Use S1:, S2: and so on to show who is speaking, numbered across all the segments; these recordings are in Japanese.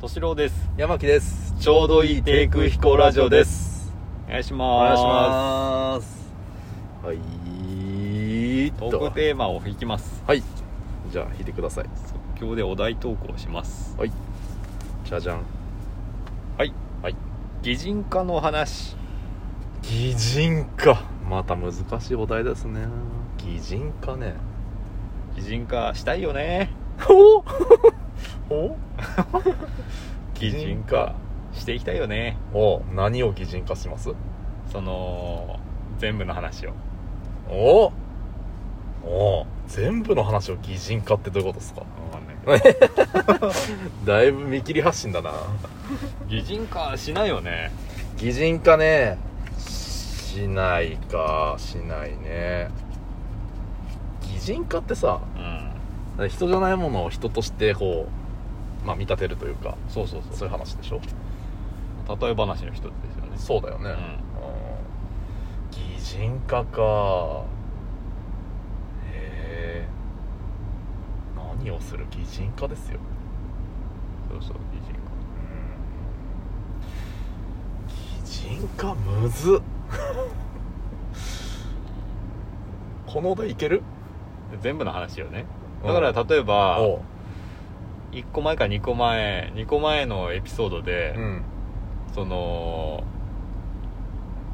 S1: 敏郎です
S2: 山木です
S1: ちょうどいい低空飛行ラジオですお願いし
S2: お願
S1: ま
S2: い
S1: す
S2: しますはい
S1: ト
S2: と
S1: ークテーマを引きます
S2: はいじゃあ弾いてください
S1: 即興でお題投稿します
S2: はいじゃじゃん
S1: はい
S2: はい
S1: 擬人化の話
S2: 擬人化また難しいお題ですね擬人化ね
S1: 擬人化したいよね
S2: おお
S1: 擬人化していきたいよね
S2: お何を擬人化します
S1: その全部の話を
S2: おお全部の話を擬人化ってどういうことですか
S1: わかんないけど
S2: だいぶ見切り発信だな
S1: 擬人化しないよね
S2: 擬人化ねしないかしないね擬人化ってさ
S1: うん
S2: 人じゃないものを人としてこうまあ見立てるというか
S1: そうそう
S2: そういう話でしょ
S1: そう例え話の一つですよね
S2: そうだよね、
S1: うん
S2: うん擬人化かへえ何をする擬人化ですよ
S1: そうそう擬人化
S2: 擬人化むずっ このお題いける
S1: 全部の話よね
S2: うん
S1: だから例えば
S2: おう
S1: 1個前か2個前2個前のエピソードで、
S2: うん
S1: その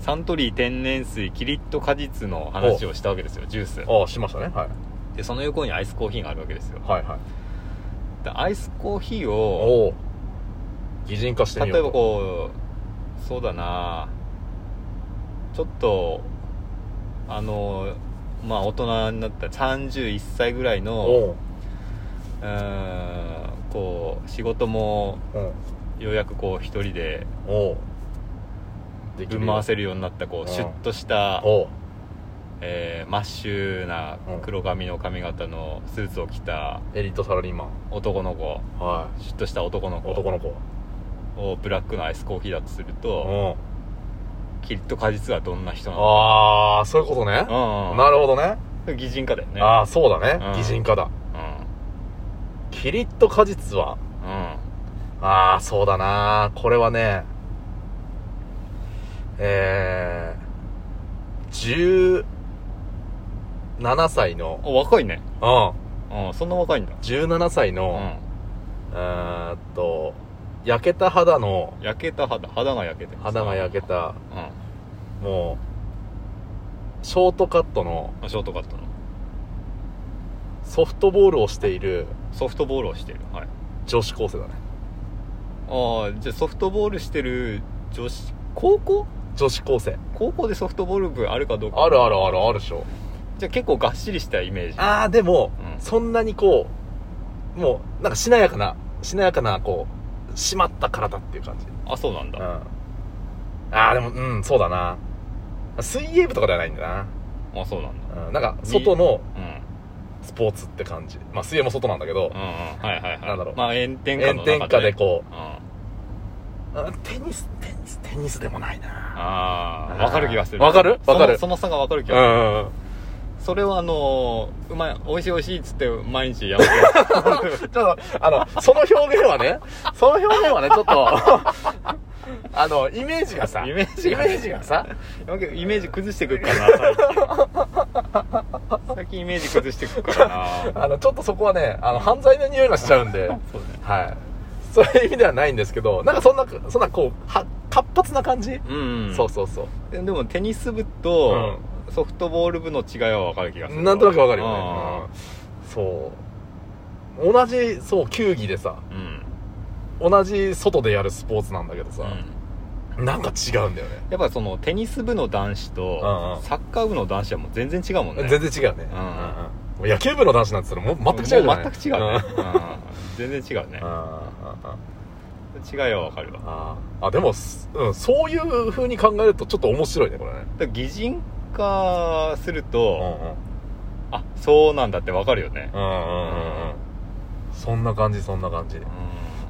S1: サントリー天然水キリッと果実の話をしたわけですよジュース
S2: ああしましたねはい
S1: でその横にアイスコーヒーがあるわけですよ
S2: はいはい
S1: でアイスコーヒーを
S2: おお擬人化してみよう
S1: 例えばこうそうだなちょっとあのまあ大人になった31歳ぐらいの
S2: おう
S1: うーんこう仕事も
S2: うん
S1: ようやくこう一人で
S2: おうで
S1: ぶん回せ
S2: る
S1: るようになったこ
S2: うん
S1: うシュッとした、
S2: おう
S1: えーマッシュな黒髪の髪型のスーツを着た
S2: エリートサラリーマン
S1: 男の子
S2: は
S1: シュッとした男の
S2: い男
S1: 子
S2: の子
S1: をブラックのアイスコーヒーだとすると
S2: うん
S1: きっと果実はどんな人なの
S2: ああそういうことね
S1: か
S2: なるほどね
S1: うん擬人化だよね
S2: ああそうだね
S1: うん
S2: 擬人化だ
S1: う
S2: キリッと果実
S1: んう
S2: は
S1: ん
S2: ああそうだなこれはねえー、17歳の
S1: お若いね
S2: うん
S1: うんそんな若いんだ
S2: 17歳
S1: う
S2: の、
S1: ん
S2: うーんと焼けた肌の
S1: 焼けた肌肌が焼けてます
S2: 肌が焼けた
S1: う
S2: もうショートカットの
S1: んショートカットの
S2: ソフトボールをしている
S1: ソフトボールをしているはい
S2: 女子高生だね
S1: ああじゃあソフトボールしてる女子高校
S2: 女子高生
S1: 高校でソフトボール部あるかどうか
S2: あるあるあるあるでしょ
S1: じゃあ結構がっしりしたイメージ
S2: ああでも、
S1: うん
S2: そんなにこうもうなんかしなやかなしなやかなこう締まった体っていう感じ
S1: あそうなん
S2: う
S1: だ、
S2: んああでもうんそうだな水泳部とかではないんだ
S1: あそうなんだ
S2: な、うん、なんか外の
S1: うん
S2: スポーツって感じまあ水泳も外なんだけど
S1: うんうんはいはいはい
S2: なんだろう
S1: まあ炎天下の中
S2: 炎
S1: で
S2: 天下でこ
S1: うん
S2: う、うんテニステニステニスでもないな
S1: あ
S2: あ
S1: あ
S2: ー
S1: わかる気がする
S2: わかるわかる
S1: そのその差がわかる気
S2: う
S1: がする、
S2: んうん
S1: それをあのーうまい美味しい美味しいっつって毎日や めて
S2: ちょっとあのその表現はねその表現はねちょっと あのイメージがさ
S1: イメージが
S2: イメージがさ
S1: なんかイメージ崩してくっからな最近最近イメージ崩してくっからな
S2: あの、ちょっとそこはね、あの、犯罪の匂いがしちゃうんで、
S1: そうね
S2: はい。そういう意味ではないんですけど、なんかそんな、そんなこう、は、活発な感じ、
S1: うん、うん、
S2: そうそうそう。
S1: ででもテニス部とソフトボール部の違いはわかる気がする
S2: なんとなくわかるよね
S1: あ。
S2: うんそう。同じ、そう、球技でさ、
S1: ーうん、
S2: 同じ外でやるスポーツなんだけど
S1: う
S2: さ、
S1: ん
S2: なんか違うんだよね。
S1: やっぱそのテニス部の男子
S2: うんう
S1: と
S2: ん
S1: サッカー部の男子はもう全然違うもんね
S2: 全然違うね。
S1: うん
S2: うんもう野球部の男子なんて言ったらもう全く違うじゃない
S1: もう全く違うね、うん全然違うね
S2: うんうんうんう
S1: 違
S2: ん
S1: いはわかるわだか
S2: あーあ、でも、すうん、そういう風に考えるとちょっと面白いね、これね。
S1: ら擬人化する
S2: う
S1: と、
S2: んうん。
S1: あそうなんだってわかるよね
S2: う、んうんうんそんな感じそんな感じ
S1: うん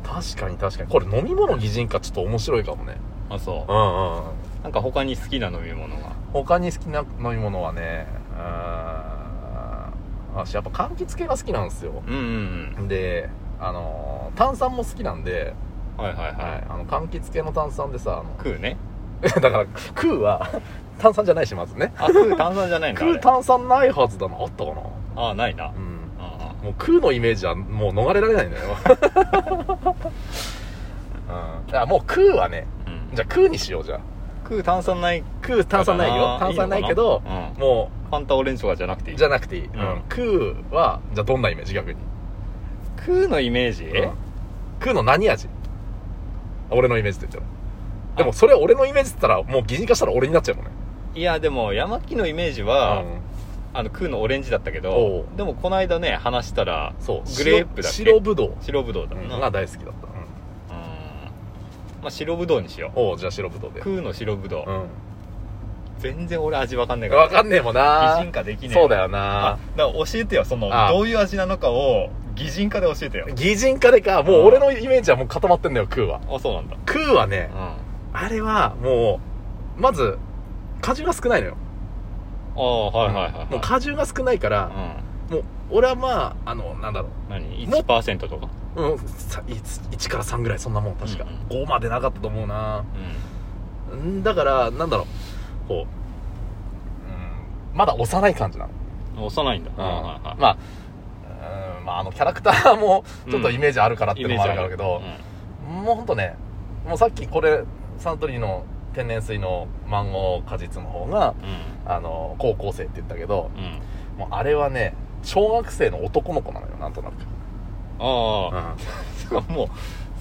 S2: 確かに確かにこれ飲み物擬人化ちょっと面白いかもね
S1: あそ
S2: うんうんうん
S1: うなんか他に好きな飲み物が
S2: 他に好きな飲み物はねうーん私やっぱ柑橘系が好きなんですよ
S1: うんうん
S2: であのー炭酸も好きなんで
S1: はいはい
S2: は
S1: はいい、
S2: あの柑橘系の炭酸でさあの
S1: 食うね
S2: だから空は炭酸じゃないしまずね
S1: あ食う炭酸じゃないん だあ
S2: 空
S1: れ
S2: 炭酸ないはずだなあったかな
S1: ああないな、
S2: う
S1: うん
S2: ん
S1: あ
S2: もう空のイメージはもう逃れられないんだよ、 うん、あもう空はね
S1: あうん
S2: じゃあ空にしようじゃあ
S1: 食う炭酸ない
S2: 空炭酸ないよ
S1: あー
S2: 炭酸ない
S1: いいのかな
S2: けど
S1: うん
S2: も
S1: ファンタオレンジとかじゃなくていうい
S2: じゃなくていい、うん
S1: うん
S2: 空はじゃあどんなイメージ逆に
S1: 食うのイメージ、
S2: うん空の何味俺のイメージって言ったらでもそれ俺のイメージって言ったらもう擬人化したら俺になっちゃうもんね
S1: いやでも山木のイメージ
S2: う
S1: は、
S2: ん
S1: あの食うのオレンジだったけ
S2: お
S1: ど
S2: う
S1: でもこの間ね話したら
S2: そう
S1: グレープだっけ
S2: 白白ぶどう
S1: 白ぶどうだ
S2: うん
S1: な、
S2: が
S1: うん
S2: 大好きだった、うん
S1: まあ、白ぶどうにしよう
S2: おうじゃあ白ぶどうで
S1: 食うの白ぶどう、
S2: う
S1: 全然俺味わかんない
S2: ん
S1: から
S2: わかんねえもんな
S1: 擬人化できねえ
S2: そうだよ
S1: あ
S2: な
S1: だから教えてよその
S2: あ
S1: どういう味なのかを擬人化で教えてよ
S2: 擬人化でかもう俺のイメージはもう固まってんだよ空は
S1: あそうなんだ
S2: 空はね
S1: うんあ
S2: あれはもうまず果汁が少ないのよ
S1: あはいはいはい、はい
S2: もう果汁が少ないから、
S1: う
S2: もう俺はまああのなんだろ
S1: ん何1%とか
S2: う、うん、さいつ 1, から3ぐらいそんなもん確か、
S1: う
S2: 5までなかったと思うな
S1: うん
S2: だからなんだろうこう、うん、まだ幼い感じなの、
S1: ん幼いんだ、
S2: うん
S1: はいはいはい
S2: まあうんまああのキャラクターもちょっとイメージあるからっていうのもあるからけど、もうほんとねもうさっきこれサントリーの天然水のマンゴー果実の方が
S1: うんうん
S2: あの高校生って言ったけど
S1: うん
S2: もうあれはね小学生の男の子なのよなんとなく、
S1: あ
S2: あ
S1: あ、もう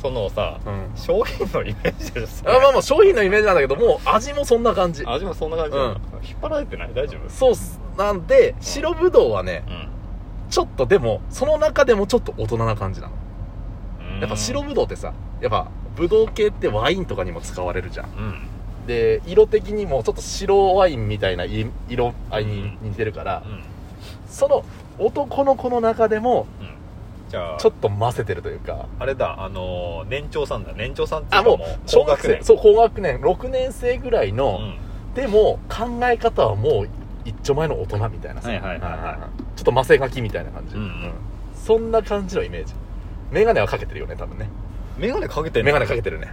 S1: そのさ商品のイメージでさ
S2: まあまあ商品のイメージなんだけどもう味もそんな感じ
S1: 味もそんな感じなの、引っ張られてない大丈夫
S2: そうっすなんで白ぶどうはね
S1: う
S2: ちょっとでもその中でもちょっと大人な感じなの
S1: ん
S2: やっぱ白ぶどうってさやっぱぶどう系ってワインとかにも使われるじゃん
S1: うん
S2: で色的にもちょっと白ワインみたいない色合いに似てるから、
S1: うん
S2: その男の子の中でも
S1: うんじゃあ
S2: ちょっと混ぜてるというか
S1: あれだあのー年長さんだ年長さんってい
S2: あ
S1: うか
S2: もう小学生そうう高学年6年生ぐらいの、
S1: ん
S2: でも考え方はもう一丁前の大人みたいなさ、
S1: はいはいはいはい
S2: ちょっとマセガキみたいな感じ、
S1: うんうん
S2: そんな感じのイメージ眼鏡はかけてるよね多分ね
S1: 眼鏡かけて
S2: 眼
S1: んの
S2: 鏡かけてるね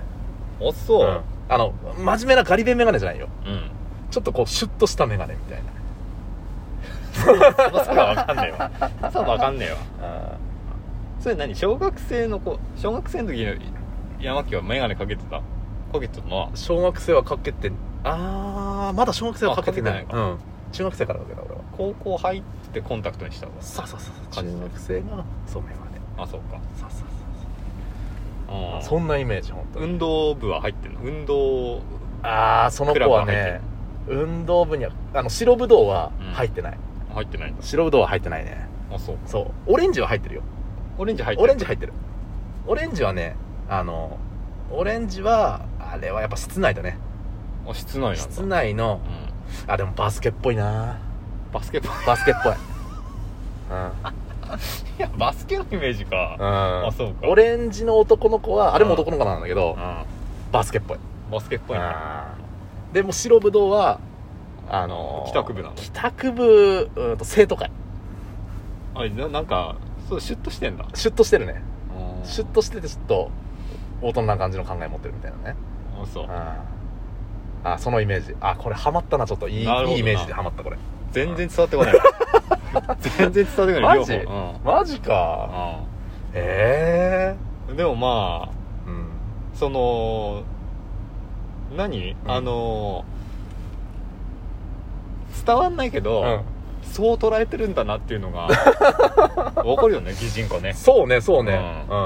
S1: あそう、
S2: んあの真面目なガリ勉眼鏡じゃないよ
S1: うん
S2: ちょっとこうシュッとした眼鏡みたいな
S1: そこは分かんねえわそこ分かんねえわ
S2: あ
S1: それ何小学生の子小学生の時の山木は眼鏡かけてたかけてたな
S2: 小学生はかけてあーまだ小学生はかけてない
S1: あかけて
S2: うん、中学生からだけど俺は
S1: 高校入ってコンタクトにしたわ
S2: そうそうそう
S1: 感じ
S2: 中学生がそう眼鏡
S1: あそうか
S2: そうそう
S1: あ
S2: そう
S1: そ
S2: そんなイメージ本当に
S1: 運動部は入ってんの運動
S2: ああその子はね運動部にはあの白ぶどうは
S1: うん
S2: 入ってない、
S1: 入ってないんだ
S2: 白ぶどうは入ってないね
S1: あそう
S2: そうオレンジは入ってるよ
S1: オレンジ入って
S2: オレン
S1: ジ
S2: ジ入ってるオレンジはねあのオレンジはあれはやっぱ室内だね
S1: あ室内なんだ
S2: 室内の
S1: うん
S2: あでもバスケっぽいな
S1: バスケット
S2: バスケっ ぽい
S1: い やバスケのイメージか
S2: うん、うん、
S1: あそうか
S2: オレンジの男の子はあれも男の子なんだけど
S1: う
S2: バスケっぽい
S1: んバスケっぽいな
S2: うんでも白ぶどうはあの
S1: 帰宅部なの
S2: 帰宅部うんと生徒会
S1: あれななんかそうシュッとしてんだ
S2: シュッとしてるね
S1: シ
S2: シュ
S1: ュ
S2: ッ
S1: ッ
S2: としててちょっと大人な感じの考え持ってるみたいなね
S1: あそう
S2: ああそのイメージあこれハマったなちょっといいいい
S1: なるほどな
S2: イメージでハマったこれ
S1: 全然伝わって こない全然伝わってこない
S2: マジ
S1: 両方
S2: マジかえ
S1: うんうんでもまあ
S2: えうん
S1: その何、
S2: ん
S1: あの伝わんないけど、そう捉えてるんだなっていうの がわかるよね擬人化ね、
S2: そうねそうねう、
S1: う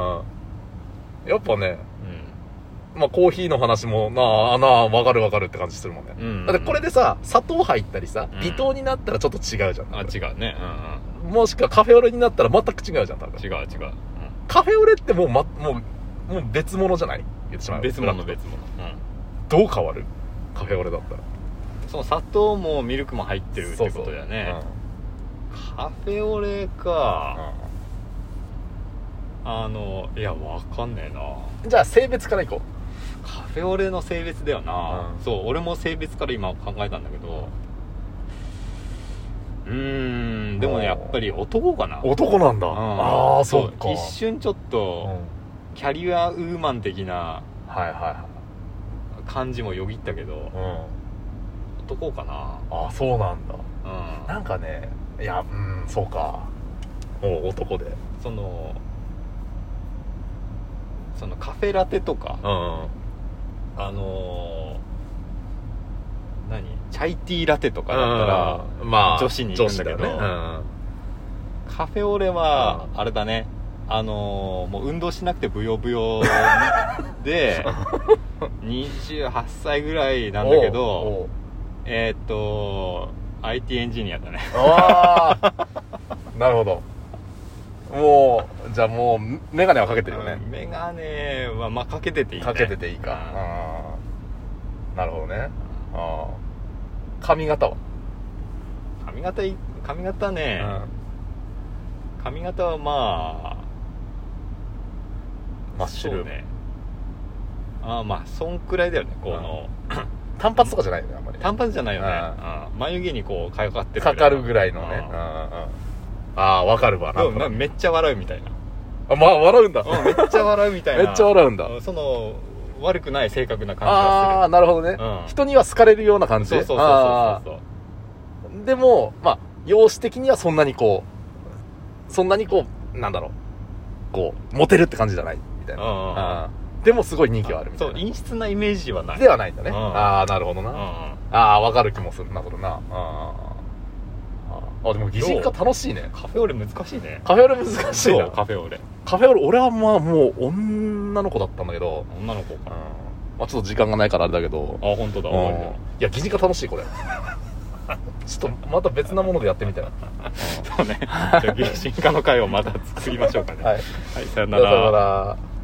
S1: ん
S2: やっぱね
S1: う
S2: まあコーヒーの話もなああなあわかるわかるって感じするもんね、
S1: んうん、
S2: だってこれでさ砂糖入ったりさ
S1: うん
S2: 微糖になったらちょっと違うじゃん
S1: あ違うね
S2: もしくはカフェオレになったら全く違うじゃん多分
S1: うん、うん、違う違う、
S2: カフェオレってもう,、ま、もうもう別物じゃない言ってし
S1: う
S2: まえ
S1: ん、
S2: ば
S1: 別物の別物、うん、
S2: どう変わるカフェオレだったら
S1: その砂糖もミルクも入ってるってことだよねカフェオレ
S2: そうそう
S1: か、あのいやわかんねえな
S2: うんじゃあ性別からいこ
S1: カフェオレの性別だよな、
S2: うん
S1: そう俺も性別から今考えたんだけどうーんでもねやっぱり男かな
S2: う男なんだ
S1: うん
S2: ああそうか
S1: 一瞬ちょっと、
S2: うん
S1: キャリアウーマン的な
S2: はいは
S1: 感じもよぎったけど
S2: いはい
S1: 男かな
S2: うんあそうなんだ
S1: う
S2: なんかねいやうんそうかもう男でうん
S1: そのそのカフェラテとか
S2: ん
S1: あのー何チャイティーラテとかだったら
S2: うんまあ
S1: 女子に行くんだけど
S2: 女子だよね
S1: カフェオレは
S2: うん
S1: あれだねあのーもう運動しなくてブヨブ ヨで28歳ぐらいなんだけ
S2: おう
S1: ど
S2: おう
S1: えーっと IT エンジニアだね
S2: ああなるほどもうじゃあもう眼鏡はかけてるよね
S1: メガネはまあかけてていい、ね、
S2: かけてていいかあーなるほどねああ髪型は
S1: うん髪型い髪型
S2: う
S1: ね、髪型はまあ
S2: マッシュルーム
S1: そうねああまあそんくらいだよねこの、
S2: 短髪とかじゃないよねあんまり
S1: 単発じゃないよね、
S2: う
S1: うん眉毛にこうかかってる
S2: かかるぐらいのね
S1: う
S2: うんんうんうんああわかるわ
S1: で
S2: な
S1: も
S2: んと
S1: な
S2: なく
S1: めっちゃ笑うみたいな
S2: あまあ笑うんだ
S1: うんめっちゃ笑うみたい
S2: め
S1: な
S2: っちゃ笑うんだ
S1: うんその悪くない性格な感じ
S2: ああ
S1: が
S2: なるほどね
S1: うん
S2: 人には好かれるような感じ
S1: するそうそう
S2: あ
S1: そう
S2: ー
S1: そうそう
S2: でも、まあ、容姿的にはそんなにこう、そんなにこう、なんだろう、こう、モテるって感じじゃないみたいな。
S1: うんうんうん
S2: あーでもすごい人気はあるみた
S1: そ
S2: いうな。
S1: 陰湿なイメージはない
S2: ではないんだね。
S1: うん
S2: ああ、なるほどな。
S1: うん
S2: あ
S1: うん
S2: あ、わかる気もするな、それな。あーあ、でも擬人化楽しいね。
S1: カフェオレ難しいね
S2: カフェオレ難しい
S1: そ
S2: な
S1: う。カフェオレ
S2: カフェオレ、俺はまあもう女の子だったんだけど、
S1: 女の子
S2: うん
S1: か
S2: まあちょっと時間がないからあれだけど、
S1: あ本当だ
S2: うん
S1: 終わりだ
S2: いや、擬人化楽し い、これ。ちょっとまた別なものでやってみたいな。
S1: そうね。じゃあ、擬人化の会をまた作りましょうかね。
S2: はい。
S1: はい、さよな
S2: さよな
S1: ら。
S2: ら。